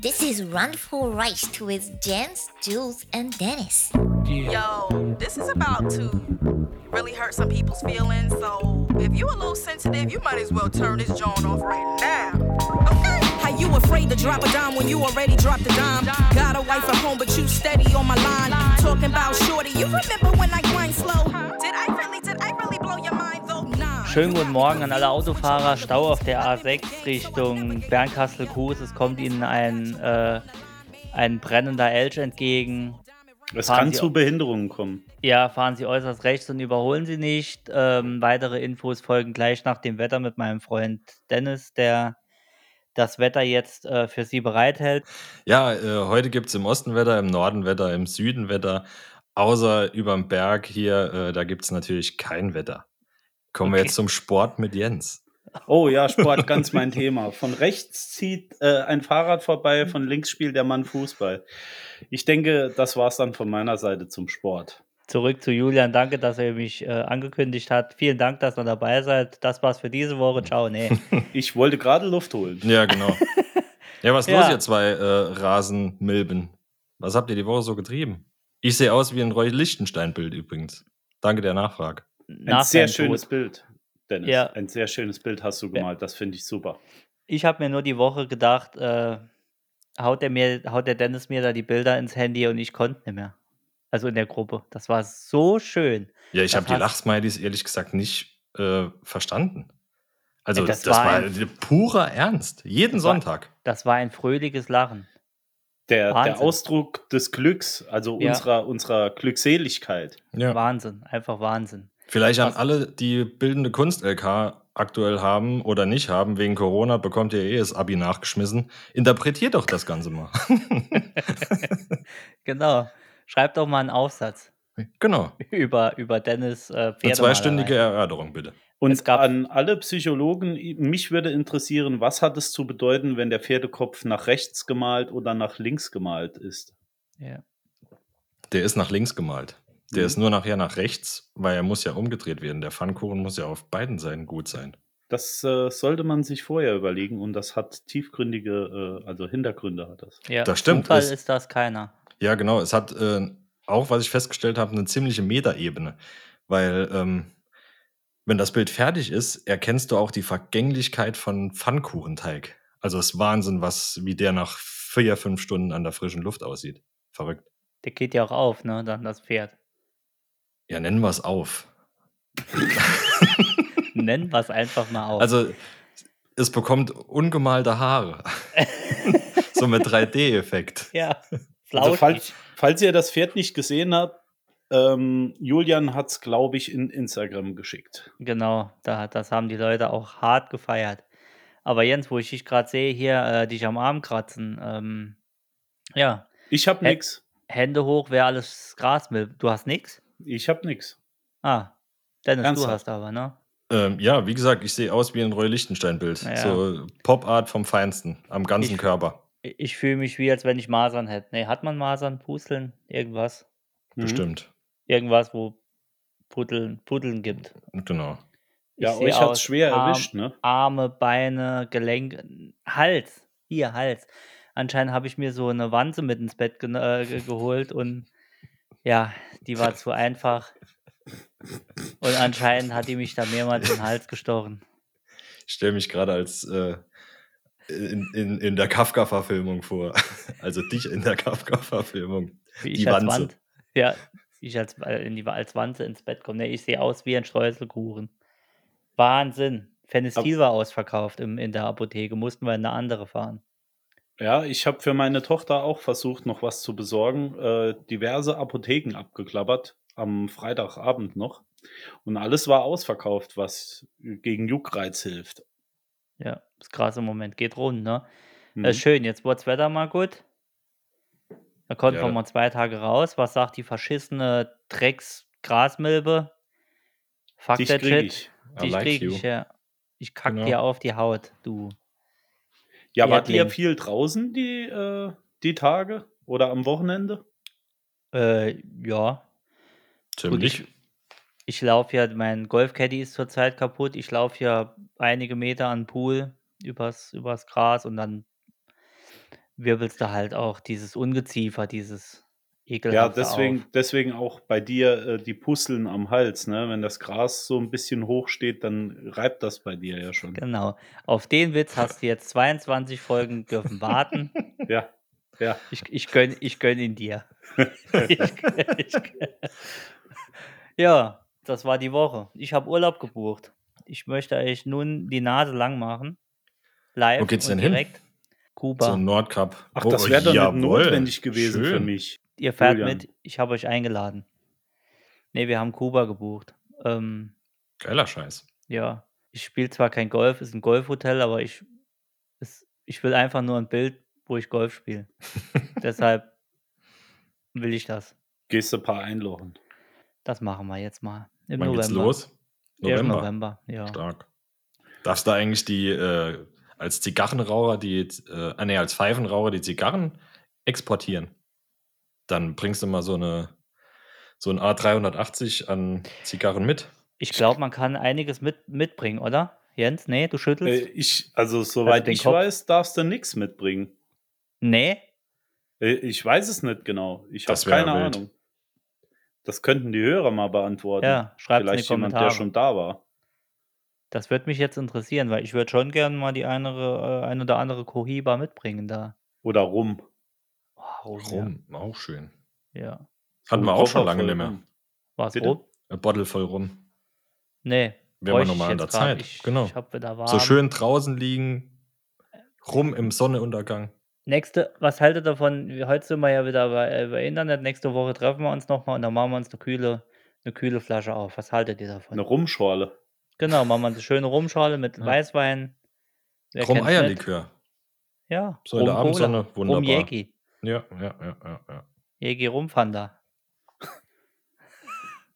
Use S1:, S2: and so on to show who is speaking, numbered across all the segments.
S1: This is Run for Rice with Jens, Jules, and Dennis.
S2: Yo, this is about to really hurt some people's feelings. So if you a little sensitive, you might as well turn this joint off right now. Okay.
S3: How you afraid to drop a dime when you already dropped a dime? Got a wife at home, but you steady on my line. Talking about shorty, you remember when I grind slow? Did I really, did I really blow your mind though? Nah.
S4: Schönen guten Morgen an alle Autofahrer. Stau auf der A6 Richtung Bernkastel-Kues. Es kommt ihnen ein, äh, ein brennender Elch entgegen.
S5: Es
S4: Fahren
S5: kann
S4: Sie-
S5: zu Behinderungen kommen.
S4: Ja, fahren Sie äußerst rechts und überholen Sie nicht. Ähm, weitere Infos folgen gleich nach dem Wetter mit meinem Freund Dennis, der das Wetter jetzt äh, für Sie bereithält.
S6: Ja, äh, heute gibt es im Osten Wetter, im Norden Wetter, im Süden Wetter. Außer überm Berg hier, äh, da gibt es natürlich kein Wetter. Kommen wir
S4: Okay.
S6: jetzt zum Sport mit Jens.
S5: Oh ja, Sport, ganz mein Thema. Von rechts zieht äh, ein Fahrrad vorbei, von links spielt der Mann Fußball. Ich denke, das war's dann von meiner Seite zum Sport.
S4: Zurück zu Julian. Danke, dass er mich äh, angekündigt hat. Vielen Dank, dass ihr dabei seid. Das war's für diese Woche. Ciao. Nee.
S5: Ich wollte gerade Luft holen.
S6: Ja, genau. ja, was ist
S4: Ja.
S6: los, ihr zwei äh, Rasenmilben? Was habt ihr die Woche so getrieben? Ich sehe aus wie ein Roy Lichtenstein-Bild übrigens. Danke der Nachfrage.
S4: Nach
S5: Ein sehr
S4: seinem
S5: schönes
S4: Tod.
S5: Bild, Dennis.
S4: Ja.
S5: Ein sehr schönes Bild hast du gemalt. Das finde ich super.
S4: Ich habe mir nur die Woche gedacht, äh, haut, der mir, haut der Dennis mir da die Bilder ins Handy und ich konnte nicht mehr. Also in der Gruppe. Das war so schön.
S6: Ja, ich
S4: Das
S6: habe die
S4: hast-
S6: Lachsmilies ehrlich gesagt nicht äh, verstanden. Also,
S4: Ey, das
S6: das,
S4: war
S6: war,
S4: ein-
S6: purer Ernst. Jeden
S4: Das war-
S6: Sonntag.
S4: Das war ein fröhliches Lachen.
S5: Der, der
S4: Wahnsinn.
S5: Ausdruck des Glücks, also
S4: Ja.
S5: unserer, unserer Glückseligkeit.
S6: Ja.
S4: Wahnsinn. Einfach Wahnsinn.
S6: Vielleicht an
S4: Was-
S6: alle, die bildende Kunst LK aktuell haben oder nicht haben, wegen Corona bekommt ihr eh das Abi nachgeschmissen. Interpretiert doch das Ganze mal.
S4: Genau. Schreib doch mal einen Aufsatz
S6: genau.
S4: über, über Dennis äh,
S6: Eine
S4: Pferdemalerei.
S6: zweistündige Erörterung bitte.
S4: Es
S5: Und
S4: gab-
S5: an alle Psychologen, mich würde interessieren, was hat es zu bedeuten, wenn der Pferdekopf nach rechts gemalt oder nach links gemalt ist?
S4: Ja.
S6: Der ist nach links gemalt. Der
S5: Mhm.
S6: ist nur nachher nach rechts, weil er muss ja umgedreht werden. Der Pfannkuchen muss ja auf beiden Seiten gut sein.
S5: Das äh, sollte man sich vorher überlegen und das hat tiefgründige, äh, also Hintergründe hat das.
S4: Ja,
S6: Das stimmt,
S4: Zufall
S6: es-
S4: ist das keiner.
S6: Ja, genau. Es hat äh, auch, was ich festgestellt habe, eine ziemliche Metaebene. Weil, ähm, wenn das Bild fertig ist, erkennst du auch die Vergänglichkeit von Pfannkuchenteig. Also es ist Wahnsinn, was, wie der nach vier, fünf Stunden an der frischen Luft aussieht. Verrückt.
S4: Der geht ja auch auf, ne? Dann das Pferd.
S6: Ja, nennen wir es auf.
S4: Nennen wir es einfach mal auf.
S6: Also es bekommt ungemalte Haare. so mit 3D-Effekt.
S4: ja,
S5: Also
S4: flauschig.
S5: falls, falls ihr das Pferd nicht gesehen habt, ähm, Julian hat es, glaube ich, in Instagram geschickt.
S4: Genau, da, das haben die Leute auch hart gefeiert. Aber Jens, wo ich dich gerade sehe, hier äh, dich am Arm kratzen. Ähm, ja,
S5: Ich habe
S4: Hä?
S5: nix.
S4: Hände hoch, wer alles Gras will. Du hast nix?
S5: Ich habe nix.
S4: Ah, Dennis, du
S5: Ernsthaft?
S4: hast aber, ne?
S6: Ähm, ja, wie gesagt, ich sehe aus wie ein Roy Lichtenstein-Bild.
S4: Ja.
S6: So Pop-Art vom Feinsten, am ganzen
S4: Ich-
S6: Körper.
S4: I- Ich fühle mich wie, als wenn ich Masern hätte. Nee, hat man Masern, Pusteln, irgendwas?
S5: Mhm.
S6: Bestimmt.
S4: Irgendwas, wo Pudeln, Pudeln gibt.
S6: Genau.
S4: Ich
S5: Ja,
S4: seh
S5: euch hat
S4: aus Ah.
S5: es schwer
S4: arm,
S5: erwischt, ne?
S4: Arme, Beine, Gelenke, Hals. Hier, Hals. Anscheinend habe ich mir so eine Wanze mit ins Bett gen- äh, ge geholt und ja, die war zu einfach. Und anscheinend hat die mich da mehrmals in den Hals gestochen.
S6: Ich stelle mich gerade als äh, in, in, in der Kafka-Verfilmung vor. Also dich in der Kafka-Verfilmung.
S4: Wie
S6: Die Wanze.
S4: Ja, ich als, äh, in die, als Wanze ins Bett komme. Nee, ich sehe aus wie ein Streuselkuchen. Wahnsinn. Fenestil war ausverkauft im, in der Apotheke. Mussten wir in eine andere fahren.
S5: Ja, ich habe für meine Tochter auch versucht, noch was zu besorgen. Äh, diverse Apotheken abgeklappert am Freitagabend noch. Und alles war ausverkauft, was gegen Juckreiz hilft.
S4: Ja, ist krass im Moment. Geht rund, ne?
S5: Mhm.
S4: Äh, schön, jetzt wurde das Wetter mal gut. Da konnten
S6: Ja,
S4: wir
S6: da-
S4: mal zwei Tage raus. Was sagt die verschissene Drecks-Grasmilbe? Fuck
S5: Dich
S4: that
S5: krieg
S4: shit.
S5: ich.
S6: I
S4: Dich
S6: like
S4: krieg
S6: you.
S4: ich, ja. Ich kack
S6: Genau.
S4: dir auf die Haut, du.
S5: Ja, wart
S4: Erdling.
S5: ihr viel draußen die, äh, die Tage oder am Wochenende?
S4: Äh, ja.
S6: Ziemlich.
S4: Ich laufe ja, mein Golfcaddy ist zurzeit kaputt. Ich laufe ja einige Meter an den Pool übers, übers Gras und dann wirbelst du halt auch dieses Ungeziefer, dieses
S5: Ja,
S4: ekelhafte
S5: deswegen,
S4: Auf.
S5: deswegen auch bei dir äh, die Pusteln am Hals, ne? Wenn das Gras so ein bisschen hoch steht, dann reibt das bei dir ja schon.
S4: Genau. Auf den Witz hast du jetzt 22 Folgen dürfen warten.
S5: Ja, ja.
S4: Ich, ich gönn, ich gönn ihn dir. ich gönn, ich gönn. Ja, das war die Woche. Ich habe Urlaub gebucht. Ich möchte euch nun die Nase lang machen. Live
S6: Wo geht's
S4: und
S6: denn hin?
S4: direkt. Kuba.
S6: Zum Nordkap.
S5: Ach,
S6: Oh,
S5: das wäre doch
S6: jawohl.
S5: nicht notwendig gewesen für
S6: Schön.
S5: mich.
S4: Ihr fährt
S5: Julian.
S4: mit, ich habe euch eingeladen. Nee, wir haben Kuba gebucht. Ähm,
S6: Geiler Scheiß.
S4: ja, ich spiele zwar kein Golf, ist ein Golfhotel, aber ich, es, ich will einfach nur ein Bild, wo ich Golf spiele. Deshalb will ich das.
S5: Gehst du ein paar einlochen.
S4: Das machen wir jetzt mal. Im
S6: Wann
S4: November.
S6: geht's los?
S4: November.
S6: November.
S4: November, ja.
S6: Stark. Darfst du eigentlich die, äh, als Zigarrenraucher, die, äh, ah, nee, als Pfeifenraucher die Zigarren exportieren? Dann bringst du mal so eine, so ein A380 an Zigarren mit.
S4: Ich glaube, man kann einiges mit, mitbringen, oder? Jens, nee, du
S5: Äh,
S4: schüttelst?
S5: ich, also, soweit
S6: Äh,
S4: den
S5: ich
S4: Kopf?
S5: weiß, darfst du nichts mitbringen.
S4: nee?
S5: Äh, ich weiß es nicht genau. Ich habe
S6: Das wär
S5: keine
S6: wild.
S5: Ahnung. Das könnten die Hörer mal beantworten.
S6: ähm,
S4: Ja, schreibt's in die
S5: Vielleicht jemand, der
S4: Kommentare.
S5: schon da war.
S4: Das würde mich jetzt interessieren, weil ich würde schon gerne mal die eine, äh, ein oder andere Kohiba mitbringen da.
S5: Oder rum.
S4: Oh, Rum,
S6: Rum, auch schön.
S4: Ja. ja.
S6: Hatten wir
S5: Ein
S6: auch
S5: Koffer
S6: schon lange
S5: voll
S6: nicht mehr.
S5: Rum.
S4: War's
S5: Bitte?
S4: rum?
S6: Ein Bottle voll rum.
S4: Nee.
S6: Wäre mal
S4: bräuchte ich
S6: nochmal an
S4: jetzt
S6: der
S4: grad.
S6: Zeit.
S4: Ich,
S6: Genau.
S4: Ich hab wieder warm.
S6: So schön draußen liegen, rum im Sonnenuntergang.
S4: Nächste, was haltet ihr davon? Wir- Heute sind wir ja wieder bei, äh, bei Internet. Nächste Woche treffen wir uns nochmal und dann machen wir uns eine kühle, eine kühle Flasche auf. Was haltet ihr davon?
S5: Eine Rumschorle.
S4: Genau, machen wir eine schöne Rumschale mit
S6: Ja.
S4: Weißwein. Wer
S6: Rum
S4: kennt's nicht?
S6: Eierlikör.
S4: Ja.
S6: So in der
S4: Rum-Cola.
S6: Abendsonne, wunderbar.
S4: Rum Jägi.
S6: Ja, ja, ja, ja, ja.
S4: Jägi Rumfanda.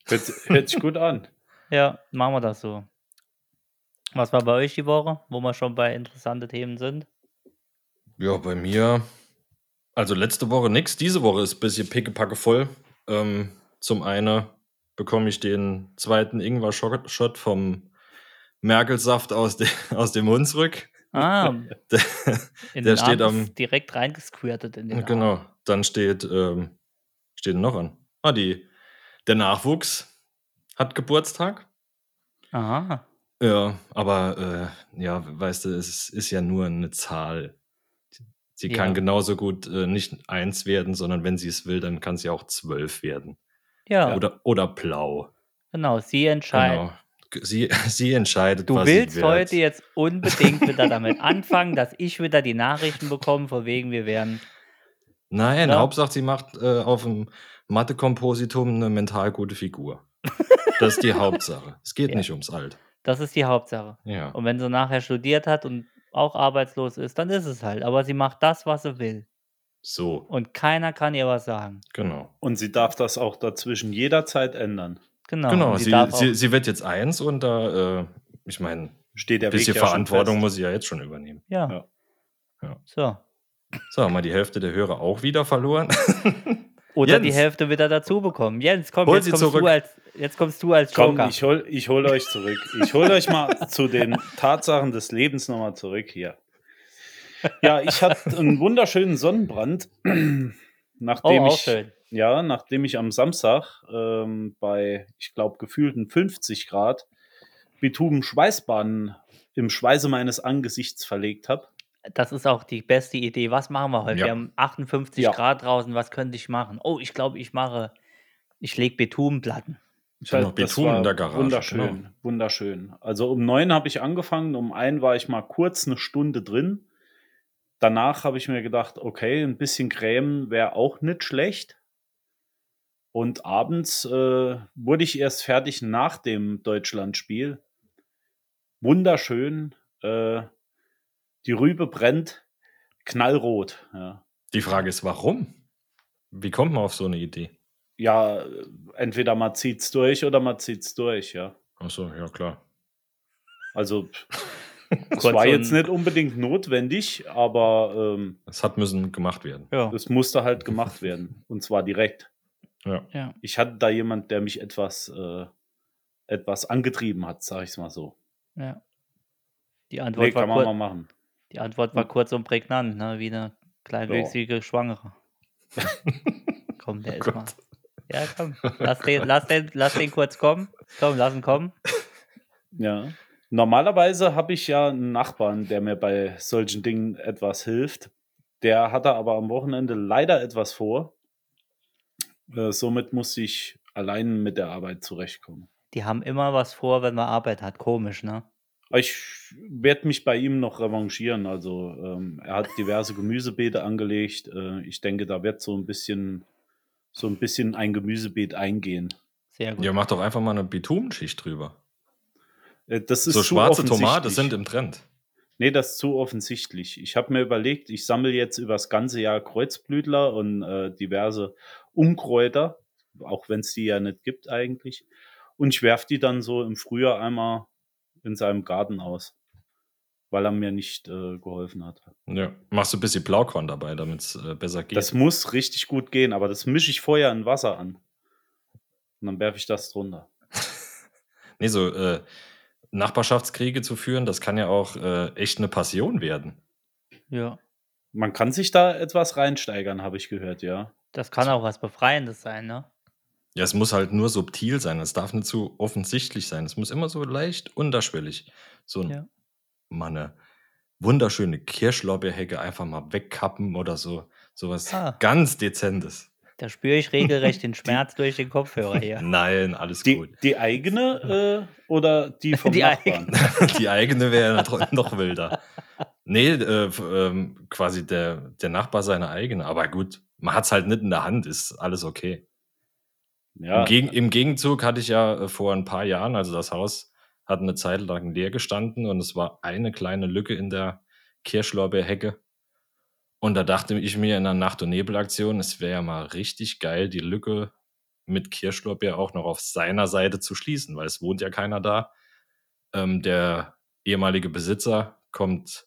S5: Hört, hört sich gut an.
S4: Ja, machen wir das so. Was war bei euch die Woche, wo wir schon bei interessanten Themen sind?
S6: Ja, bei mir. Also letzte Woche nix, diese Woche ist ein bisschen pickepacke voll. Ähm, zum einen bekomme ich den zweiten Ingwer-Shot vom Merkelsaft aus, de aus dem Mund zurück.
S4: Ah,
S6: Der,
S4: in
S6: Der
S4: den
S6: steht
S4: Abend ist
S6: am-
S4: direkt reingesquirtet in den Abend.
S6: genau, dann steht, ähm, steht noch an. Ah, die, der Nachwuchs hat Geburtstag.
S4: Aha.
S6: Ja, aber äh, ja, weißt du, es ist ja nur eine Zahl. Sie
S4: Ja.
S6: kann genauso gut äh, nicht eins werden, sondern wenn sie es will, dann kann sie auch zwölf werden.
S4: Ja,
S6: Oder, oder blau.
S4: genau. Sie entscheiden.
S6: Genau. Sie, sie entscheidet,
S4: Du
S6: was sie
S4: willst
S6: wird.
S4: heute jetzt unbedingt wieder damit anfangen, dass ich wieder die Nachrichten bekomme, von wegen wir werden.
S6: Nein,
S4: Ja.
S6: Hauptsache, sie macht äh, auf dem Mathe-Kompositum eine mental gute Figur. Das ist die Hauptsache. Es geht
S4: Ja.
S6: nicht ums Alt.
S4: Das ist die Hauptsache.
S6: Ja.
S4: Und wenn sie nachher studiert hat und auch arbeitslos ist, dann ist es halt. Aber sie macht das, was sie will.
S6: So,
S4: Und keiner kann ihr was sagen.
S6: genau.
S5: Und sie darf das auch dazwischen jederzeit ändern.
S4: Genau.
S6: Genau,
S4: Und
S6: sie,
S4: darf
S6: sie,
S4: auch-
S6: sie wird jetzt eins und da, äh, ich meine,
S5: Steht der
S6: ein bisschen
S5: Weg ja schon
S6: Verantwortung
S5: fest.
S6: muss sie ja jetzt schon übernehmen.
S4: ja.
S5: Ja.
S6: Ja.
S4: So.
S6: So, haben wir die Hälfte der Hörer auch wieder verloren.
S4: Oder die
S6: Jens.
S4: Hälfte wieder dazu bekommen. Jens, komm,
S6: Hol
S4: jetzt
S6: sie
S4: kommst, du
S6: zurück.
S4: als, jetzt kommst du als
S5: Komm,
S4: Joker.
S5: ich hol, ich hol euch zurück. Ich hol euch mal zu den Tatsachen des Lebens nochmal zurück hier. Ja, ich hatte einen wunderschönen Sonnenbrand,
S4: oh,
S5: nachdem
S4: auch
S5: ich
S4: schön.
S5: ja, nachdem ich am Samstag ähm, bei, ich glaube, gefühlten 50 Grad Bitumen Schweißbahnen im Schweiße meines Angesichts verlegt habe.
S4: Das ist auch die beste Idee. Was machen wir heute?
S6: Ja.
S4: Wir haben 58
S5: Ja.
S4: Grad draußen. Was könnte ich machen? Oh, ich glaube, ich mache, ich lege Betonplatten.
S6: Ich habe noch
S5: Das
S6: Genau, Beton
S5: war
S6: in der Garage.
S5: Wunderschön,
S6: Genau.
S5: wunderschön. Also um neun habe ich angefangen, um ein war ich mal kurz eine Stunde drin. Danach habe ich mir gedacht, okay, ein bisschen Creme wäre auch nicht schlecht. Und abends äh, wurde ich erst fertig nach dem Deutschlandspiel. Wunderschön. Äh, die Rübe brennt knallrot. Ja.
S6: Die Frage ist, warum? Wie kommt man auf so eine Idee?
S5: ja, entweder man zieht's durch oder man zieht's durch, ja.
S6: Achso, ja klar.
S5: Also pff, es
S4: Kurz
S5: war
S4: und-
S5: jetzt nicht unbedingt notwendig, aber ähm,
S6: Es hat müssen gemacht werden.
S4: Ja.
S5: es musste halt gemacht werden. Und zwar direkt.
S6: Ja.
S4: Ja.
S5: Ich hatte da jemand, der mich etwas, äh, etwas angetrieben hat, sag ich's mal so.
S4: ja. Die,
S5: Nee,
S4: Antwort
S5: kann
S4: war
S5: man mal
S4: kur-
S5: machen.
S6: Hm.
S4: die Antwort war kurz und prägnant, ne? wie eine Kleinwüchsige Schwangere. komm, der
S6: Oh
S4: ist
S6: Gott.
S4: mal. Ja, komm. Lass den, lass, den, lass den kurz kommen. Komm, lass ihn kommen.
S5: Ja. Normalerweise habe ich ja einen Nachbarn, der mir bei solchen Dingen etwas hilft. Der hatte aber am Wochenende leider etwas vor. Äh, somit muss ich allein mit der Arbeit zurechtkommen.
S4: Die haben immer was vor, wenn man Arbeit hat. Komisch, ne?
S5: Aber Ich werde mich bei ihm noch revanchieren. Also ähm, er hat diverse Gemüsebeete angelegt. Äh, ich denke, da wird so ein bisschen so ein bisschen ein Gemüsebeet eingehen.
S4: Sehr gut.
S6: Ja, mach doch einfach mal eine Bitumenschicht drüber.
S5: Äh, das ist
S6: So
S5: zu
S6: schwarze Tomate
S5: offensichtlich.
S6: sind im Trend.
S5: Nee, das ist zu offensichtlich. Ich habe mir überlegt, ich sammle jetzt übers ganze Jahr Kreuzblütler und äh, diverse Unkräuter, auch wenn es die ja nicht gibt eigentlich. Und ich werfe die dann so im Frühjahr einmal in seinem Garten aus, weil er mir nicht äh, geholfen hat.
S6: Ja. Machst du ein bisschen Blaukorn dabei, damit es äh, besser geht.
S5: Das muss richtig gut gehen, aber das mische ich vorher in Wasser an. Und dann werfe ich das drunter.
S6: nee, so äh, Nachbarschaftskriege zu führen, das kann ja auch äh, echt eine Passion werden.
S4: Ja.
S5: Man kann sich da etwas reinsteigern, habe ich gehört, ja.
S4: Das kann auch was Befreiendes sein, ne?
S6: Ja, es muss halt nur subtil sein. Es darf nicht zu offensichtlich sein. Es muss immer so leicht unterschwellig. So ein,
S4: Ja.
S6: mal eine wunderschöne Kirschlorbeerhecke einfach mal wegkappen oder so. Sowas
S4: Ah.
S6: ganz Dezentes.
S4: Da spüre ich regelrecht den Schmerz durch den Kopfhörer hier.
S6: Nein, alles
S5: Die,
S6: gut.
S5: die eigene äh, oder die vom
S4: Die
S5: Nachbarn?
S6: Die eigene wäre ja noch- noch wilder. Nee, äh, f- ähm, quasi der, der Nachbar seine eigene. Aber gut, man hat es halt nicht in der Hand, ist alles okay.
S5: Ja,
S6: Im, Gegen, Im Gegenzug hatte ich ja äh, vor ein paar Jahren, also das Haus hat eine Zeit lang leer gestanden und es war eine kleine Lücke in der Kirschlorbeerhecke. Und da dachte ich mir in einer Nacht- und Nebelaktion, es wäre ja mal richtig geil, die Lücke mit Kirschlorbeer auch noch auf seiner Seite zu schließen, weil es wohnt ja keiner da. Ähm, der ehemalige Besitzer kommt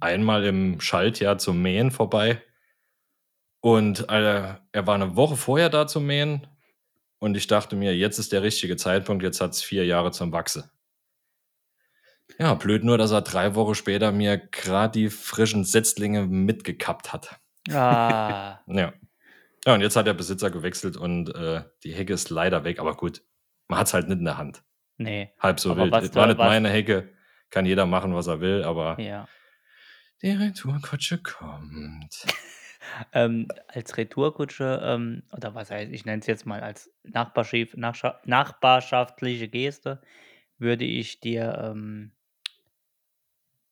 S6: einmal im Schaltjahr zum Mähen vorbei. Und äh, er war eine Woche vorher da zum Mähen. Und ich dachte mir, jetzt ist der richtige Zeitpunkt, jetzt hat es vier Jahre zum Wachse. Ja, blöd nur, dass er drei Wochen später mir gerade die frischen Setzlinge mitgekappt hat.
S4: Ah,
S6: Ja. Ja, und jetzt hat der Besitzer gewechselt und äh, die Hecke ist leider weg, aber gut, man hat es halt nicht in der Hand.
S4: nee.
S6: Halb so
S4: Aber
S6: wild.
S4: was
S6: War
S4: da-
S6: nicht
S4: was-
S6: meine Hecke, kann jeder machen, was er will, aber
S4: Ja.
S6: die Retourkutsche kommt.
S4: Ähm, als Retourkutsche, ähm, oder was heißt, ich nenne es jetzt mal als Nachbarschaft, Nachscha- nachbarschaftliche Geste, würde ich dir, ähm,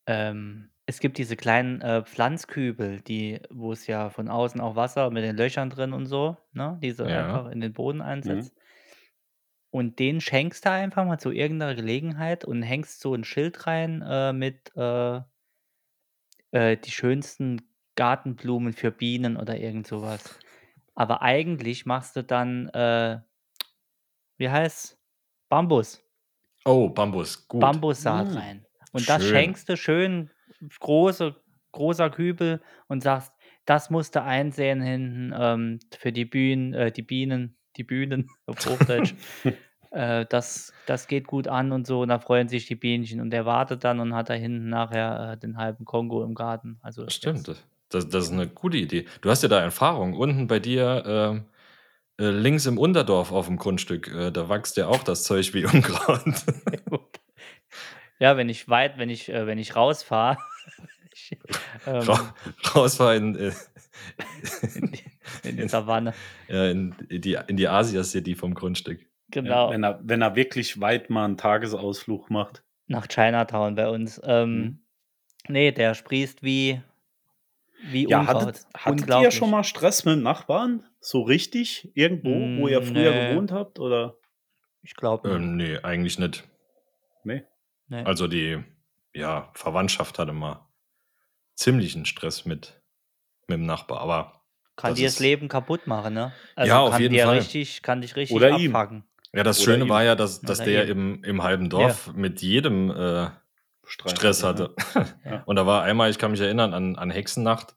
S4: ähm, es gibt diese kleinen äh, Pflanzkübel, die, wo es ja von außen auch Wasser mit den Löchern drin und so, ne, diese
S6: Ja.
S4: einfach in den Boden einsetzt. Und den schenkst du einfach mal zu irgendeiner Gelegenheit und hängst so ein Schild rein äh, mit äh, äh, die schönsten Gartenblumen für Bienen oder irgend sowas. Aber eigentlich machst du dann, äh, wie heißt Bambus.
S6: Oh, Bambus, gut. Hm.
S4: Bambussaat
S5: Mm.
S4: rein. Und das
S6: Schön.
S4: schenkst du schön, große, großer Kübel und sagst, das musst du einsehen hinten ähm, für die Bühnen, äh, die Bienen, die Bühnen auf Hochdeutsch. äh, das, das geht gut an und so. Und da freuen sich die Bienchen. Und der wartet dann und hat da hinten nachher äh, den halben Kongo im Garten. Also jetzt-
S6: Stimmt, das, das ist eine gute Idee. Du hast ja da Erfahrung. Unten bei dir ähm, äh, links im Unterdorf auf dem Grundstück, äh, da wächst ja auch das Zeug wie Unkraut.
S4: Gut. Ja, wenn ich weit, wenn ich, äh, wenn ich rausfahre, ich, ähm,
S6: Ra Rausfahren in,
S4: in, die, ähm, in die Savanne.
S6: äh, in, die, in die Asia-City vom Grundstück.
S4: Genau.
S5: Wenn, er, wenn er wirklich weit mal einen Tagesausflug macht.
S4: Nach Chinatown bei uns. Ähm,
S5: Mhm.
S4: Nee, der sprießt wie, wie
S5: Ja,
S4: Unkraut.
S5: hattet, hattet ihr
S4: Unglaublich.
S5: schon mal Stress mit dem Nachbarn? So richtig? Irgendwo, wo ihr
S4: Mm,
S5: früher
S4: nee.
S5: gewohnt habt? Oder?
S4: Ich glaube,
S6: Ähm, nee, eigentlich nicht.
S4: nee.
S6: Also die ja, Verwandtschaft hatte mal ziemlichen Stress mit, mit dem Nachbar. Aber
S4: kann
S6: das
S4: dir das
S6: ist-
S4: Leben kaputt machen, ne?
S6: Ja, auf
S4: kann
S6: jeden
S4: dir
S6: Fall.
S4: Richtig, kann dich richtig
S5: Oder ihm.
S4: abpacken.
S6: ja, das
S5: Oder
S6: Schöne
S5: ihm.
S6: war ja, dass, dass
S4: Oder
S6: der
S4: ihm.
S6: im, im halben Dorf mit jedem äh, Stress
S5: ne?
S6: hatte.
S4: Ja.
S6: Und da war einmal, ich kann mich erinnern, an, an Hexennacht,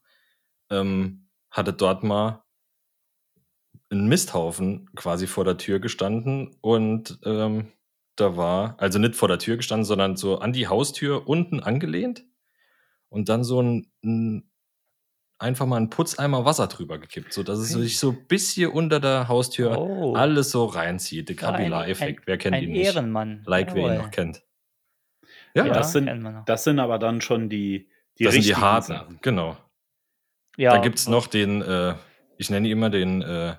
S6: ähm, hatte dort mal ein Misthaufen quasi vor der Tür gestanden und ähm, da war, also nicht vor der Tür gestanden, sondern so an die Haustür unten angelehnt und dann so ein, ein einfach mal einen Putzeimer Wasser drüber gekippt, sodass es sich so bis hier unter der Haustür
S4: Oh.
S6: alles so reinzieht. Der
S4: Ja, ein-
S6: Kapillareffekt,
S4: ein-
S6: wer kennt
S4: ein
S6: ihn nicht?
S4: Ehrenmann.
S6: Like, wer ihn
S4: Jawohl.
S6: noch kennt.
S4: Ja,
S6: Ja, das,
S5: das sind-
S4: kennt man noch.
S5: Das sind aber dann schon die, die
S6: das sind die
S5: richtigen
S6: harten.
S5: Sachen.
S6: Genau.
S4: ja.
S6: Da gibt es noch den, äh, ich nenne immer den äh,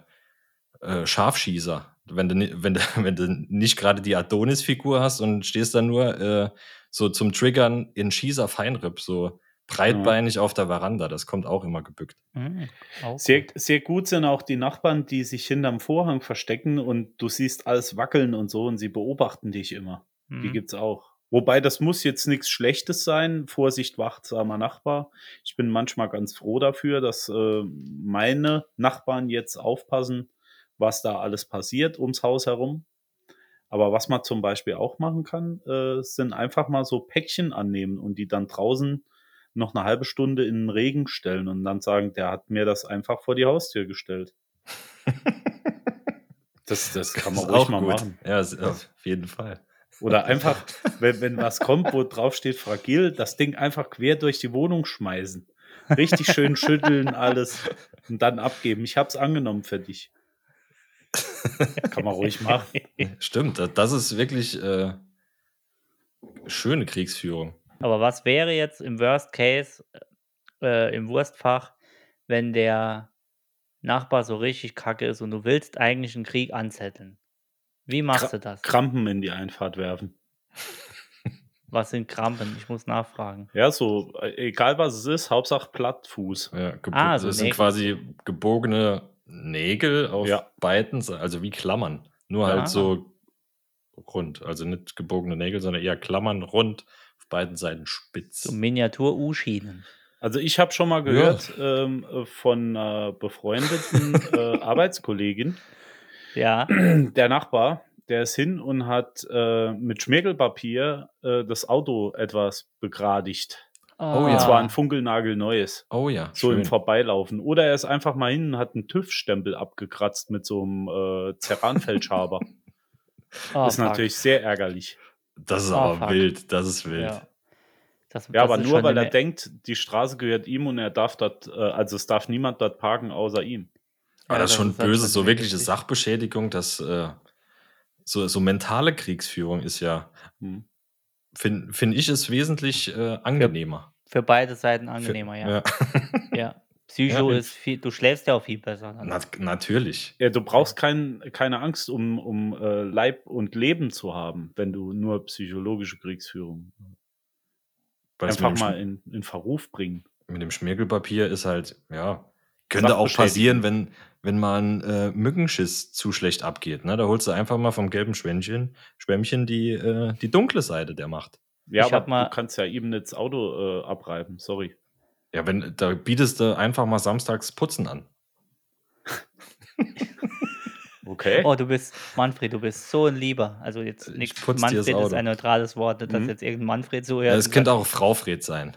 S6: äh, Scharfschießer. Wenn du, ni- wenn, du, wenn du nicht gerade die Adonis-Figur hast und stehst dann nur äh, so zum Triggern in Schießer Feinripp, so breitbeinig auf der Veranda. Das kommt auch immer gebückt.
S4: Hm, auch
S5: Sehr,
S4: gut.
S5: sehr gut sind auch die Nachbarn, die sich hinterm Vorhang verstecken und du siehst alles wackeln und so und sie beobachten dich immer. Die
S4: Hm.
S5: gibt's auch. Wobei, das muss jetzt nichts Schlechtes sein. Vorsicht, wachsamer Nachbar. Ich bin manchmal ganz froh dafür, dass äh, meine Nachbarn jetzt aufpassen, was da alles passiert ums Haus herum. Aber was man zum Beispiel auch machen kann, äh, sind einfach mal so Päckchen annehmen und die dann draußen noch eine halbe Stunde in den Regen stellen und dann sagen, der hat mir das einfach vor die Haustür gestellt. Das, das kann man
S6: Ist
S5: ruhig mal machen.
S6: Ja, ist, auf jeden Fall.
S5: Oder einfach, wenn, wenn was kommt, wo drauf steht fragil, das Ding einfach quer durch die Wohnung schmeißen. Richtig schön schütteln, alles und dann abgeben. Ich hab's angenommen für dich. Kann man ruhig machen.
S6: Stimmt, da- das ist wirklich äh, schöne Kriegsführung.
S4: Aber was wäre jetzt im Worst Case, äh, im Wurstfach, wenn der Nachbar so richtig kacke ist und du willst eigentlich einen Krieg anzetteln? Wie machst du das?
S5: Krampen in die Einfahrt werfen.
S4: Was sind Krampen? Ich muss nachfragen.
S5: Ja, so, äh, egal was es ist, Hauptsache Plattfuß.
S6: Ja, gebo-
S4: Ah, so
S6: das sind
S4: Nägel.
S6: quasi gebogene Nägel auf
S5: Ja.
S6: beiden Seiten, also wie Klammern. Nur
S4: Ah.
S6: halt so rund. Also nicht gebogene Nägel, sondern eher Klammern rund, auf beiden Seiten spitz.
S4: So Miniatur-U-Schienen.
S5: Also ich habe schon mal gehört ähm, äh, von einer befreundeten äh, Arbeitskollegin,
S4: Ja,
S5: der Nachbar, der ist hin und hat äh, mit Schmirgelpapier äh, das Auto etwas begradigt.
S6: Oh,
S5: Und
S6: Ah.
S5: zwar ein funkelnagelneues.
S6: Oh ja.
S5: So im
S6: schön.
S5: Vorbeilaufen. Oder er ist einfach mal hin und hat einen TÜV-Stempel abgekratzt mit so einem äh, Zerranfeldschaber.
S4: Ah,
S5: ist
S4: fuck.
S5: natürlich sehr ärgerlich.
S6: Das ist
S4: Oh,
S6: aber
S4: fuck.
S6: wild, das ist wild.
S4: Ja, Das-
S5: Ja,
S4: das
S5: aber
S4: ist
S5: nur
S4: schon
S5: weil
S4: eine
S5: er denkt, die Straße gehört ihm und er darf dort, äh, also es darf niemand dort parken außer ihm.
S6: Aber
S4: Ja,
S6: ah, das ist
S4: halt
S6: schon böse,
S4: schon
S6: so
S4: wirklich
S6: wirkliche
S4: richtig.
S6: Sachbeschädigung, das äh, so, so mentale Kriegsführung ist ja,
S5: Hm.
S6: finde find ich es wesentlich äh, angenehmer.
S4: Für beide Seiten angenehmer, ja. ja. Psycho
S6: Ja.
S4: ist viel, du schläfst ja auch viel besser. Also, dann.
S6: Na, natürlich.
S5: Ja, du brauchst kein, keine Angst, um, um äh, Leib und Leben zu haben, wenn du nur psychologische Kriegsführung
S6: Weil es mit
S5: einfach
S6: dem Sch-
S5: mal in, in Verruf bringen.
S6: mit dem Schmirgelpapier ist halt, ja, könnte auch passieren, wenn, wenn mal ein äh, Mückenschiss zu schlecht abgeht. Ne? Da holst du einfach mal vom gelben Schwämmchen, Schwämmchen die, äh, die dunkle Seite der Macht.
S5: Ja,
S4: Ich hab
S5: aber
S4: mal-
S5: du kannst ja ihm nicht das Auto äh, abreiben, sorry.
S6: Ja, wenn, da bietest du einfach mal samstags Putzen an.
S5: Okay.
S4: Oh, du bist, Manfred, du bist so ein Lieber. Also jetzt
S6: Ich
S4: nichts.
S6: putz dir das
S4: Manfred ist
S6: Auto.
S4: ein neutrales Wort, nicht, dass
S5: Mhm.
S4: jetzt irgendein Manfred zuhört.
S6: Ja,
S4: und
S6: es
S4: sagt,
S6: könnte auch Fraufred sein.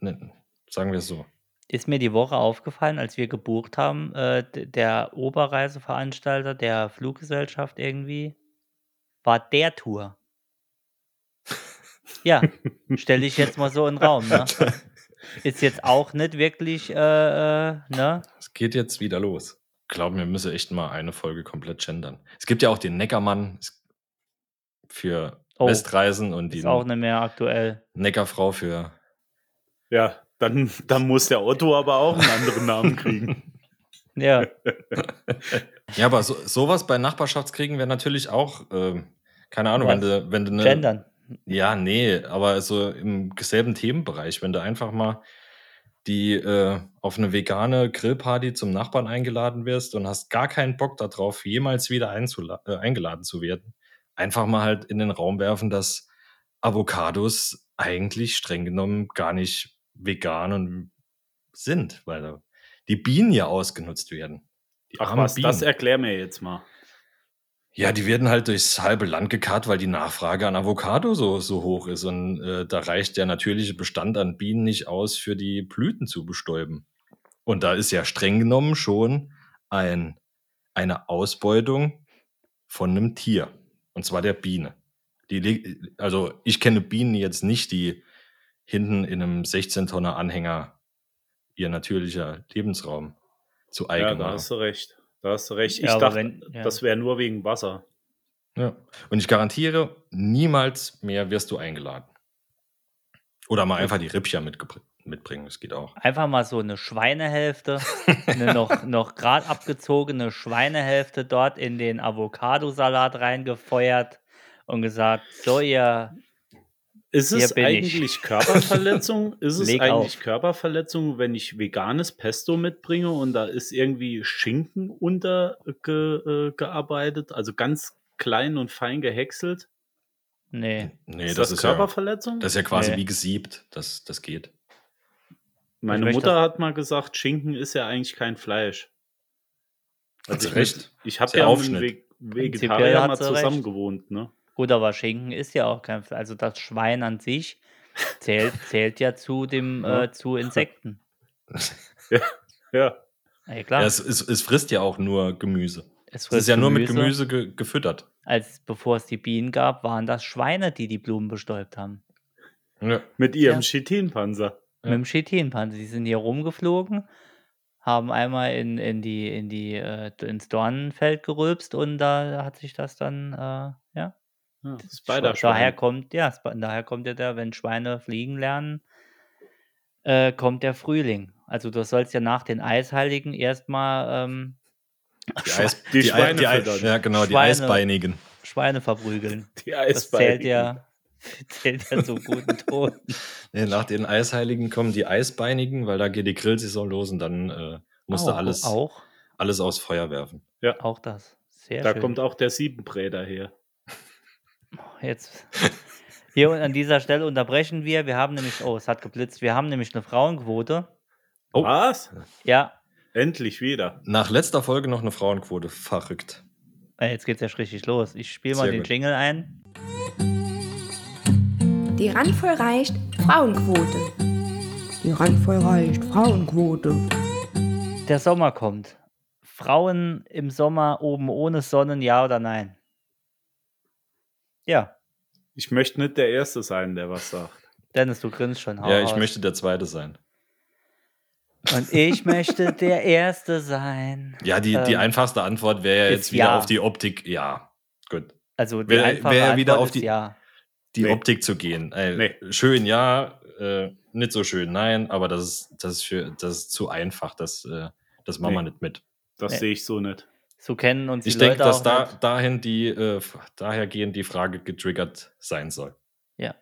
S6: Ne, sagen wir es so.
S4: ist mir die Woche aufgefallen, als wir gebucht haben, äh, d- der Oberreiseveranstalter der Fluggesellschaft irgendwie war der Tour. Ja, stelle ich jetzt mal so in den Raum. Ne? Ist jetzt auch nicht wirklich, äh, äh, ne?
S6: Es geht jetzt wieder los. Glaub mir, müsse echt mal eine Folge komplett gendern. Es gibt ja auch den Neckermann es- für
S4: Oh,
S6: Westreisen und die
S4: Ist auch ne nicht mehr aktuell.
S6: Neckerfrau für
S5: Ja, dann, dann muss der Otto aber auch einen anderen Namen kriegen.
S4: Ja,
S6: Ja, aber so, sowas bei Nachbarschaftskriegen wäre natürlich auch, ähm, keine Ahnung,
S4: Was?
S6: wenn du, wenn du ne,
S4: gendern.
S6: Ja, nee, aber so im selben Themenbereich, wenn du einfach mal die äh, auf eine vegane Grillparty zum Nachbarn eingeladen wirst und hast gar keinen Bock darauf, jemals wieder einzula- äh, eingeladen zu werden, einfach mal halt in den Raum werfen, dass Avocados eigentlich streng genommen gar nicht vegan und sind, weil da die Bienen ja ausgenutzt werden. Die
S5: Ach
S6: armen
S5: was, das erklär mir jetzt mal.
S6: ja, die werden halt durchs halbe Land gekarrt, weil die Nachfrage an Avocado so, so hoch ist. Und äh, da reicht der natürliche Bestand an Bienen nicht aus, für die Blüten zu bestäuben. Und da ist ja streng genommen schon ein, eine Ausbeutung von einem Tier. Und zwar der Biene. Die, leg- also ich kenne Bienen jetzt nicht, die hinten in einem 16-Tonner-Anhänger ihr natürlicher Lebensraum zu
S5: Ja,
S6: eigen
S5: da
S6: machen.
S5: hast du recht. Da hast du recht. Ich
S4: genau. Ja, aber
S5: dachte,
S4: wenn- ja.
S5: das wäre nur wegen Wasser.
S6: Ja. Und ich garantiere, niemals mehr wirst du eingeladen. Oder mal einfach die Rippchen mitgebr- mitbringen, das geht auch.
S4: Einfach mal so eine Schweinehälfte, eine noch, noch grad abgezogene Schweinehälfte dort in den Avocadosalat reingefeuert und gesagt, so ihr,
S5: Ist
S4: Hier
S5: es
S4: bin ich.
S5: eigentlich Körperverletzung? Ist es
S4: Leg
S5: eigentlich
S4: auf.
S5: Körperverletzung, wenn ich veganes Pesto mitbringe und da ist irgendwie Schinken untergearbeitet, äh, gearbeitet, also ganz klein und fein gehäckselt?
S4: nee,
S6: Nee,
S5: ist
S6: das,
S5: das,
S6: ist ja,
S5: Körperverletzung?
S6: das ist ja quasi
S4: Nee.
S6: wie gesiebt, das, das geht.
S4: Ich
S5: Meine
S4: möchte
S5: Mutter
S4: das-
S5: hat mal gesagt, Schinken ist ja eigentlich kein Fleisch.
S6: Hat
S5: Also
S6: sie
S5: ich
S6: recht.
S5: mit- Ich habe
S6: Ist ja
S5: ja mit einem
S6: Aufschnitt.
S5: Ve-
S4: Prinzipiell
S5: Vegetarier
S4: hat
S5: mal
S4: sie recht.
S5: zusammen gewohnt, ne?
S4: gut, aber Schinken ist ja auch kein, Fle- also das Schwein an sich zählt, zählt ja zu dem,
S5: Ja.
S4: äh, zu Insekten.
S5: Ja.
S4: Ja, klar.
S6: Ja, es, es, es frisst ja auch nur Gemüse. Es
S4: frisst
S6: ist ja nur mit Gemüse ge gefüttert.
S4: Als bevor es die Bienen gab, waren das Schweine, die die Blumen bestäubt haben.
S6: Ja.
S5: Mit ihrem
S4: Ja.
S5: Chitinpanzer.
S6: Ja.
S4: Mit dem Chitinpanzer. Die sind hier rumgeflogen, haben einmal in, in die, in die, äh, ins Dornenfeld gerülpst und da hat sich das dann, äh, ja.
S5: Ja,
S4: Daher
S5: Spider-Schwein.
S4: kommt, ja, Sp- daher kommt ja der, wenn Schweine fliegen lernen, äh, kommt der Frühling. Also du sollst ja nach den Eisheiligen erstmal ähm,
S6: Die, Eis,
S5: Die
S6: die, Ei- die,
S5: Schweine
S6: Ei-
S5: füttern.
S6: ja, genau, die
S4: Schweine.
S6: Eisbeinigen.
S4: Schweine verprügeln.
S5: Die
S4: Das zählt
S5: Eisbeinigen.
S4: ja, zählt ja zum guten Ton.
S6: Nee, nach den Eisheiligen kommen die Eisbeinigen, weil da geht die Grillsaison los und dann äh, musst du
S4: Auch-
S6: alles,
S4: Auch,
S6: alles aufs Feuer werfen.
S4: auch das. Sehr
S5: Da
S4: schön.
S5: kommt auch der Siebenbräder her.
S4: Jetzt. Hier und an dieser Stelle unterbrechen wir. Wir haben nämlich, oh, es hat geblitzt. Wir haben nämlich eine Frauenquote.
S6: Oh.
S5: Was?
S4: Ja,
S5: Endlich wieder.
S6: Nach letzter Folge noch eine Frauenquote. Verrückt.
S4: äh, jetzt geht's ja richtig los. Ich spiele mal
S6: Sehr
S4: den
S6: gut.
S4: Jingle ein.
S7: Die randvoll reicht Frauenquote. Die randvoll reicht Frauenquote.
S4: Der Sommer kommt. Frauen im Sommer oben ohne Sonnen, ja oder nein? Ja,
S5: Ich möchte nicht der Erste sein, der was sagt.
S4: Dennis, du grinst schon. hau
S6: ja, ich
S4: raus.
S6: möchte der Zweite sein.
S4: Und ich möchte der Erste sein.
S6: Ja, die, die
S4: Ähm,
S6: einfachste Antwort wäre ja
S4: ist
S6: jetzt wieder
S4: ja.
S6: auf die Optik. Ja, gut.
S4: Also die
S6: Wer-
S4: einfache
S6: wer wieder
S4: Antwort
S6: auf die-
S4: ist ja.
S6: Die
S5: Nee.
S6: Optik zu gehen. Ey,
S5: Nee.
S6: Schön, ja. Äh, nicht so schön, nein. Aber das ist, das ist, für, das ist zu einfach. Das, äh, das machen wir
S5: Nee.
S6: nicht mit.
S5: Das
S4: Nee.
S5: sehe ich so nicht.
S4: So kennen uns die
S6: Ich denke,
S4: Leute
S6: dass
S4: auch
S6: da,
S4: nicht.
S6: dahin die, äh, daher gehen die Frage getriggert sein soll.
S4: Ja.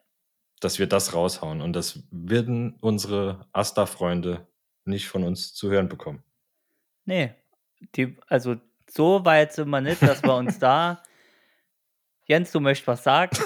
S6: Dass wir das raushauen. Und das werden unsere Asta-Freunde nicht von uns zu hören bekommen.
S4: Nee. Ne, Die, also so weit sind wir nicht, dass wir uns da. Jens, du möchtest was sagen?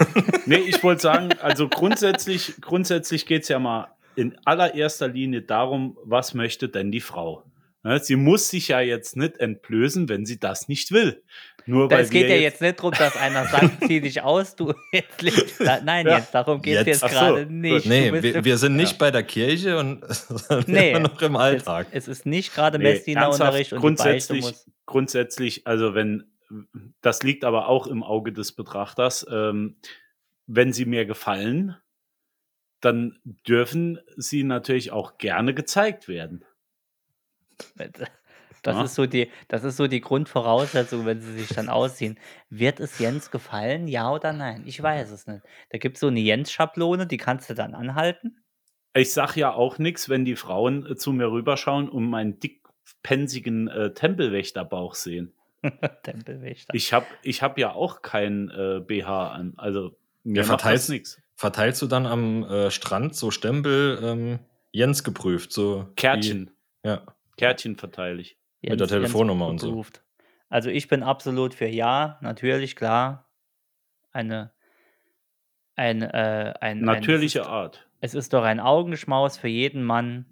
S5: Nee, ich wollte sagen, also grundsätzlich, grundsätzlich geht es ja mal in allererster Linie darum, was möchte denn die Frau? Ne, Sie muss sich ja jetzt nicht entblößen, wenn sie das nicht will. Nur weil
S4: es geht
S5: wir
S4: ja jetzt nicht darum, dass einer sagt, zieh dich aus, du jetzt lebst du da. Nein,
S5: Ja.
S4: jetzt, darum geht es
S6: Jetzt.
S4: jetzt,
S5: Ach so,
S4: gerade
S5: gut.
S4: nicht. Du
S6: Nee,
S4: bist
S6: wir,
S4: im-
S6: wir sind nicht bei der Kirche und sondern
S4: Nee.
S6: immer noch im Alltag.
S4: Es, es ist nicht gerade
S5: Nee,
S4: Messdienerunterricht
S5: ernsthaft,
S4: und
S5: grundsätzlich,
S4: die Beichte muss.
S5: grundsätzlich, also wenn, das liegt aber auch im Auge des Betrachters, ähm, wenn sie mir gefallen, dann dürfen sie natürlich auch gerne gezeigt werden.
S4: Das,
S5: Ja.
S4: ist so die, das ist so die Grundvoraussetzung, wenn sie sich dann ausziehen. Wird es Jens gefallen, ja oder nein? Ich weiß es nicht. Da gibt es so eine Jens-Schablone, die kannst du dann anhalten.
S5: Ich sag ja auch nichts, wenn die Frauen äh, zu mir rüberschauen und meinen dickpensigen äh, Tempelwächterbauch sehen.
S4: Tempelwächter.
S5: Ich hab, ich hab ja auch kein äh, BH an, also mir
S6: Ja,
S5: macht das
S6: verteilst-
S5: nichts.
S6: Verteilst du dann am äh, Strand so Stempel ähm, Jens geprüft? So wie-
S5: Kärtchen,
S6: Ja.
S5: Kärtchen verteile ich.
S6: mit der Telefonnummer und so.
S4: geprüft. Also ich bin absolut für ja, natürlich, klar. Eine, ein, äh, ein,
S5: Natürliche
S4: ein,
S5: Art.
S4: Es ist doch ein Augenschmaus für jeden Mann.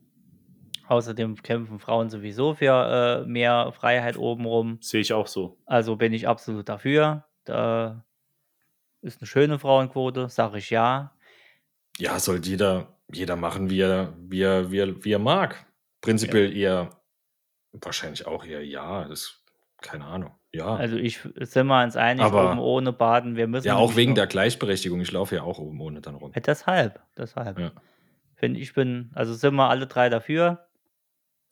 S4: Außerdem kämpfen Frauen sowieso für äh, mehr Freiheit obenrum.
S5: Sehe ich auch so.
S4: Also bin ich absolut dafür. Da ist eine schöne Frauenquote, sage ich ja.
S6: Ja, soll jeder, jeder machen, wie er, wie er, wie er, wie er mag. Prinzipiell eher, wahrscheinlich auch eher ja, das, keine Ahnung. Ja,
S4: Also ich sind wir uns einig,
S6: Aber-
S4: oben ohne Baden. Wir müssen
S6: ja auch
S4: nämlich
S6: wegen
S4: nur-
S6: der Gleichberechtigung. Ich laufe ja auch oben ohne dann rum.
S4: Ja, Deshalb, deshalb.
S6: Ja.
S4: Finde ich bin, also sind wir alle drei dafür.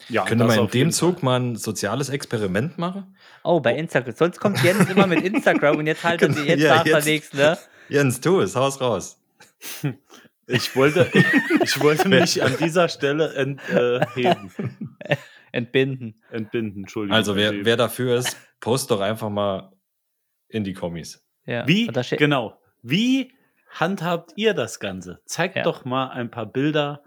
S5: Ja,
S6: Könnte
S5: das
S6: man in
S5: auf jeden
S6: dem Zug mal ein soziales Experiment machen?
S4: Oh, bei Instagram. Sonst kommt Jens immer mit Instagram und jetzt halt er
S6: Genau,
S4: jetzt
S6: ja,
S4: sagt er
S6: jetzt.
S4: nichts, ne?
S6: Jens, tu es, hau es raus.
S5: Fall. Ich wollte, ich, ich wollte mich an dieser Stelle ent, äh, heben,
S4: Entbinden.
S5: entbinden. Entschuldigung.
S6: Also wer,
S5: Heben.
S6: wer dafür ist, post doch einfach mal in die Kommis.
S4: Ja.
S5: Wie,
S4: Und da steht-
S5: genau, wie handhabt ihr das Ganze? Zeigt
S4: Ja.
S5: doch mal ein paar Bilder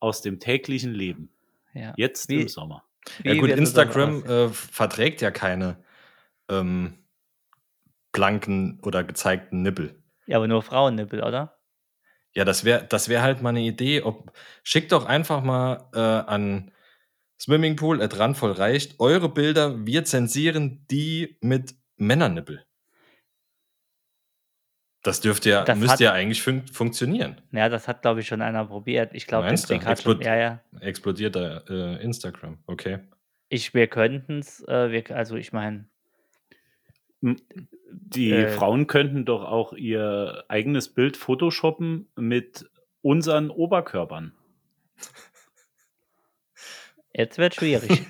S5: aus dem täglichen Leben.
S4: ja.
S5: Jetzt
S4: Wie-
S5: im Sommer.
S6: Ja
S4: Wie
S6: gut,
S4: wird es dann
S6: Instagram
S5: halt.
S4: aussehen?
S6: äh, verträgt ja keine ähm, blanken oder gezeigten Nippel.
S4: Ja, aber nur Frauennippel, oder?
S6: Ja, das wäre das wär halt mal eine Idee. Ob, schickt doch einfach mal äh, an Swimmingpool, at randvoll reicht, eure Bilder, wir zensieren die mit Männernippel. Das dürfte ja,
S4: Das hat-
S6: müsste ja eigentlich fun funktionieren.
S4: Ja, das hat, glaube ich, schon einer probiert. Ich glaube, den
S6: Meinst du?
S4: Trick hat schon.
S6: Explod-
S4: Ja, ja.
S6: Explodiert da äh, Instagram, okay.
S4: Ich, wir könnten es, äh, wir- also ich meine,
S5: Die
S4: Äh.
S5: Frauen könnten doch auch ihr eigenes Bild photoshoppen mit unseren Oberkörpern.
S4: jetzt wird schwierig.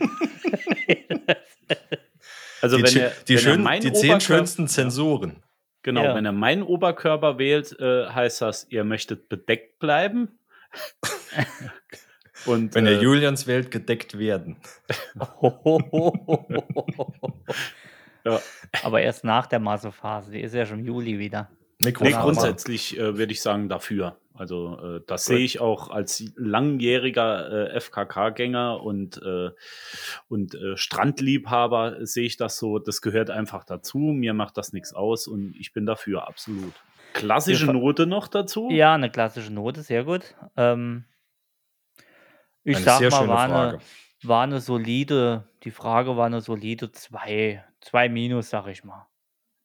S5: Also
S6: die
S5: wenn
S6: schö-
S5: er,
S6: die,
S5: wenn
S6: schön,
S5: er meinen
S6: die zehn
S5: Oberkörper-
S6: schönsten Zensoren.
S5: Genau,
S4: Ja.
S5: wenn er meinen Oberkörper wählt, äh, heißt das, ihr möchtet bedeckt bleiben. Und
S6: Wenn
S5: äh,
S6: der Julians Welt gedeckt werden.
S5: Ja.
S4: Aber erst nach der Massephase, die ist ja schon im Juli wieder.
S5: Nee,
S4: Oder
S5: grundsätzlich äh, würde ich sagen dafür. Also äh, das sehe ich auch als langjähriger äh, FKK-Gänger und, äh, und äh, Strandliebhaber sehe ich das so. Das gehört einfach dazu. Mir macht das nichts aus und ich bin dafür absolut. Klassische
S4: Wir ver-
S5: Note noch dazu.
S4: Ja, eine klassische Note, sehr gut. Ähm, ich
S6: Eine
S4: sag
S6: sehr
S4: mal,
S6: schöne
S4: war
S6: Frage.
S4: eine, war eine solide, die Frage war eine solide 2, 2 minus, sag ich mal.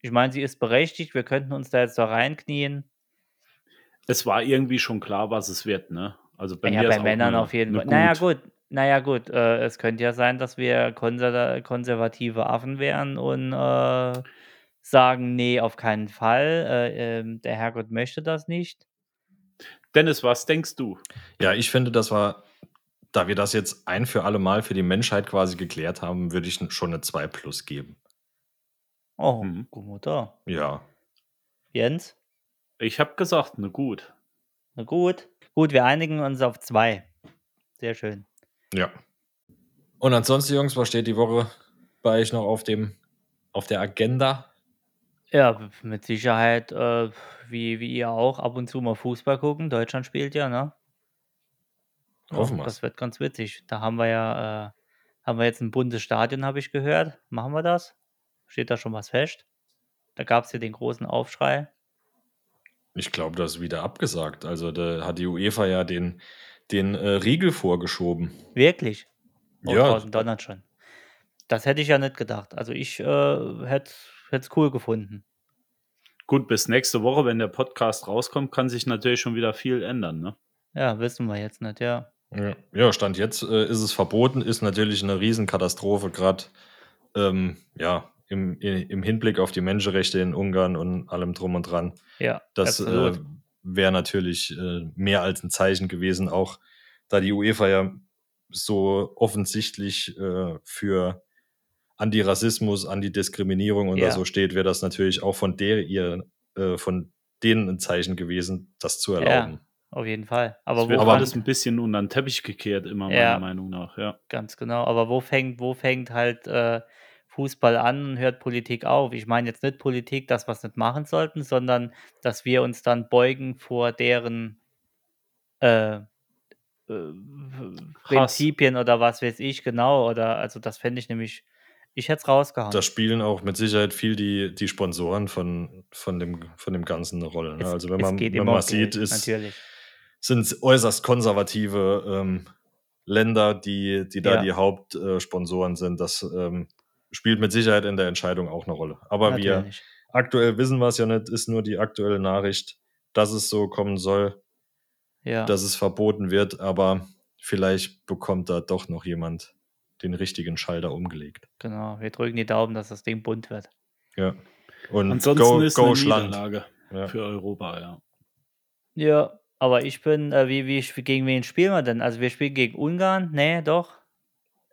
S4: Ich meine, sie ist berechtigt, wir könnten uns da jetzt da reinknien.
S5: Es war irgendwie schon klar, was es wird. Ne? Also bei
S4: Bei ja,
S5: mir ist
S4: bei
S5: auch
S4: Männern
S5: eine-
S4: auf jeden
S5: eine
S4: Fall. Naja, gut. Naja, gut. Äh, es könnte ja sein, dass wir konser konservative Affen wären und äh, sagen: Nee, auf keinen Fall. Äh, ähm, der Herrgott möchte das nicht.
S5: Dennis, was denkst du?
S6: Ja, ich finde, das war, da wir das jetzt ein für alle Mal für die Menschheit quasi geklärt haben, würde ich schon eine 2 plus geben.
S4: Oh,
S5: Mhm.
S4: gut, Mutter.
S6: Ja.
S4: Jens,
S5: Ich habe gesagt, ne gut.
S4: na gut. Gut, wir einigen uns auf zwei. Sehr schön.
S6: Ja. Und ansonsten, Jungs, was steht die Woche bei euch noch auf dem, auf der Agenda?
S4: Ja, w- mit Sicherheit, äh, wie, wie ihr auch, ab und zu mal Fußball gucken. Deutschland spielt ja, ne? Ja,
S6: Hoffen wir's.
S4: Das wird ganz witzig. Da haben wir ja, äh, haben wir jetzt ein buntes Stadion, habe ich gehört. Machen wir das? Steht da schon was fest? Da gab es ja den großen Aufschrei.
S6: Ich glaube, das ist wieder abgesagt. Also da hat die UEFA ja den, den äh, Riegel vorgeschoben.
S4: Wirklich?
S6: Ja.
S4: Draußen donnert schon. Das hätte ich ja nicht gedacht. Also ich äh, hätte es cool gefunden.
S5: Gut, bis nächste Woche, wenn der Podcast rauskommt, kann sich natürlich schon wieder viel ändern. Ne?
S4: Ja, wissen wir jetzt nicht, ja.
S6: Ja, ja Stand jetzt äh, ist es verboten, ist natürlich eine Riesenkatastrophe, gerade ähm, ja, im, i- im Hinblick auf die Menschenrechte in Ungarn und allem drum und dran.
S4: Ja,
S6: Das äh,
S4: absolut.
S6: wäre natürlich äh, mehr als ein Zeichen gewesen, auch da die UEFA ja so offensichtlich äh, für Antirassismus, Antidiskriminierung und
S4: Ja.
S6: da so steht, wäre das natürlich auch von der ihr, äh, von denen ein Zeichen gewesen, das zu erlauben.
S4: auf jeden Fall.
S5: Es
S4: Aber
S5: wird
S4: wo
S6: aber
S4: fang-
S5: alles ein bisschen unter den Teppich gekehrt, immer
S4: Ja.
S5: meiner Meinung nach. Ja.
S4: Ganz genau. Aber wo fängt, wo fängt halt äh, Fußball an und hört Politik auf? Ich meine jetzt nicht Politik, das, was wir nicht machen sollten, sondern dass wir uns dann beugen vor deren äh, äh, Prinzipien oder was weiß ich, genau. Oder also das fände ich nämlich, ich hätte es rausgehauen.
S6: Da spielen auch mit Sicherheit viel die, die Sponsoren von, von, dem, von dem Ganzen eine Rolle. Ne?
S4: Es-
S6: Also wenn
S4: es
S6: man,
S4: geht
S6: wenn
S4: immer
S6: man
S4: um Geld,
S6: sieht, ist,
S4: natürlich.
S6: sind es äußerst konservative ähm, Länder, die, die da
S4: Ja.
S6: die Hauptsponsoren sind. Das ähm, spielt mit Sicherheit in der Entscheidung auch eine Rolle. Aber wir
S4: natürlich.
S6: aktuell wissen wir es ja nicht, ist nur die aktuelle Nachricht, dass es so kommen soll,
S4: Ja.
S6: dass es verboten wird, aber vielleicht bekommt da doch noch jemand den richtigen Schalter umgelegt.
S4: Genau, wir drücken die Daumen, dass das Ding bunt wird.
S6: Ja. Und
S5: Ansonsten
S6: go,
S5: ist
S6: go
S5: eine
S6: Schland.
S5: Niederlage
S6: Ja.
S5: für Europa. Ja.
S4: Ja, aber ich bin, äh, wie, wie, sp- gegen wen spielen wir denn? Also wir spielen gegen Ungarn, nee, doch.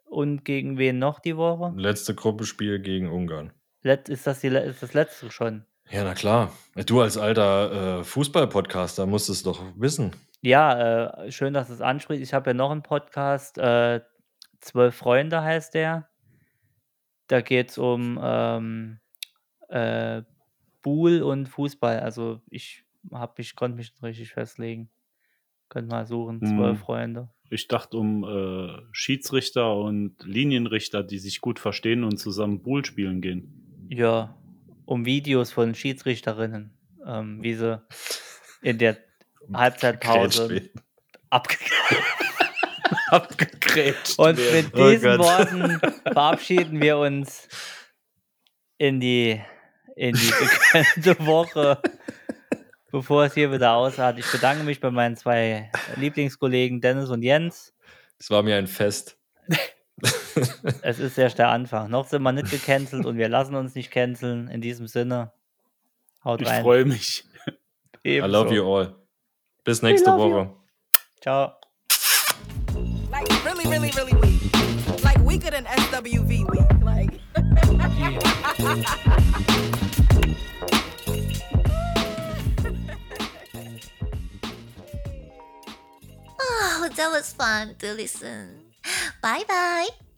S4: Und gegen wen noch die Woche?
S6: Letzte Gruppenspiel gegen Ungarn.
S4: Let ist, das die, le- ist das letzte schon?
S6: Ja, na klar. Du als alter äh, Fußball-Podcaster musst es doch wissen.
S4: Ja, äh, schön, dass du es ansprichst. Ich habe ja noch einen Podcast. Äh, Zwölf Freunde heißt der. Da geht es um ähm, äh, Buhl und Fußball. Also ich hab mich, konnte mich nicht richtig festlegen. Könnt mal suchen. Zwölf
S5: Hm.
S4: Freunde.
S5: Ich dachte um äh, Schiedsrichter und Linienrichter, die sich gut verstehen und zusammen Bull spielen gehen.
S4: Ja, um Videos von Schiedsrichterinnen, ähm, wie sie in der Halbzeitpause
S6: Grätsch-
S4: abgekriegt
S6: Abgegrätscht.
S4: Und mit
S6: Oh
S4: diesen
S6: Gott.
S4: Worten verabschieden wir uns in die, in die gekannte Woche, bevor es hier wieder ausartet. Ich bedanke mich bei meinen zwei Lieblingskollegen Dennis und Jens.
S6: Es war mir ein Fest.
S4: Es ist erst der Anfang. Noch sind wir nicht gecancelt und wir lassen uns nicht canceln. In diesem Sinne, haut
S5: Ich
S4: rein.
S5: freue mich.
S6: I love
S4: Ebenso.
S6: you all. Bis nächste
S4: love you.
S6: Woche.
S4: Ciao.
S2: Like really, really, really weak. Like weaker than SWV weak. Like.
S1: Oh, that was fun to listen. Bye bye.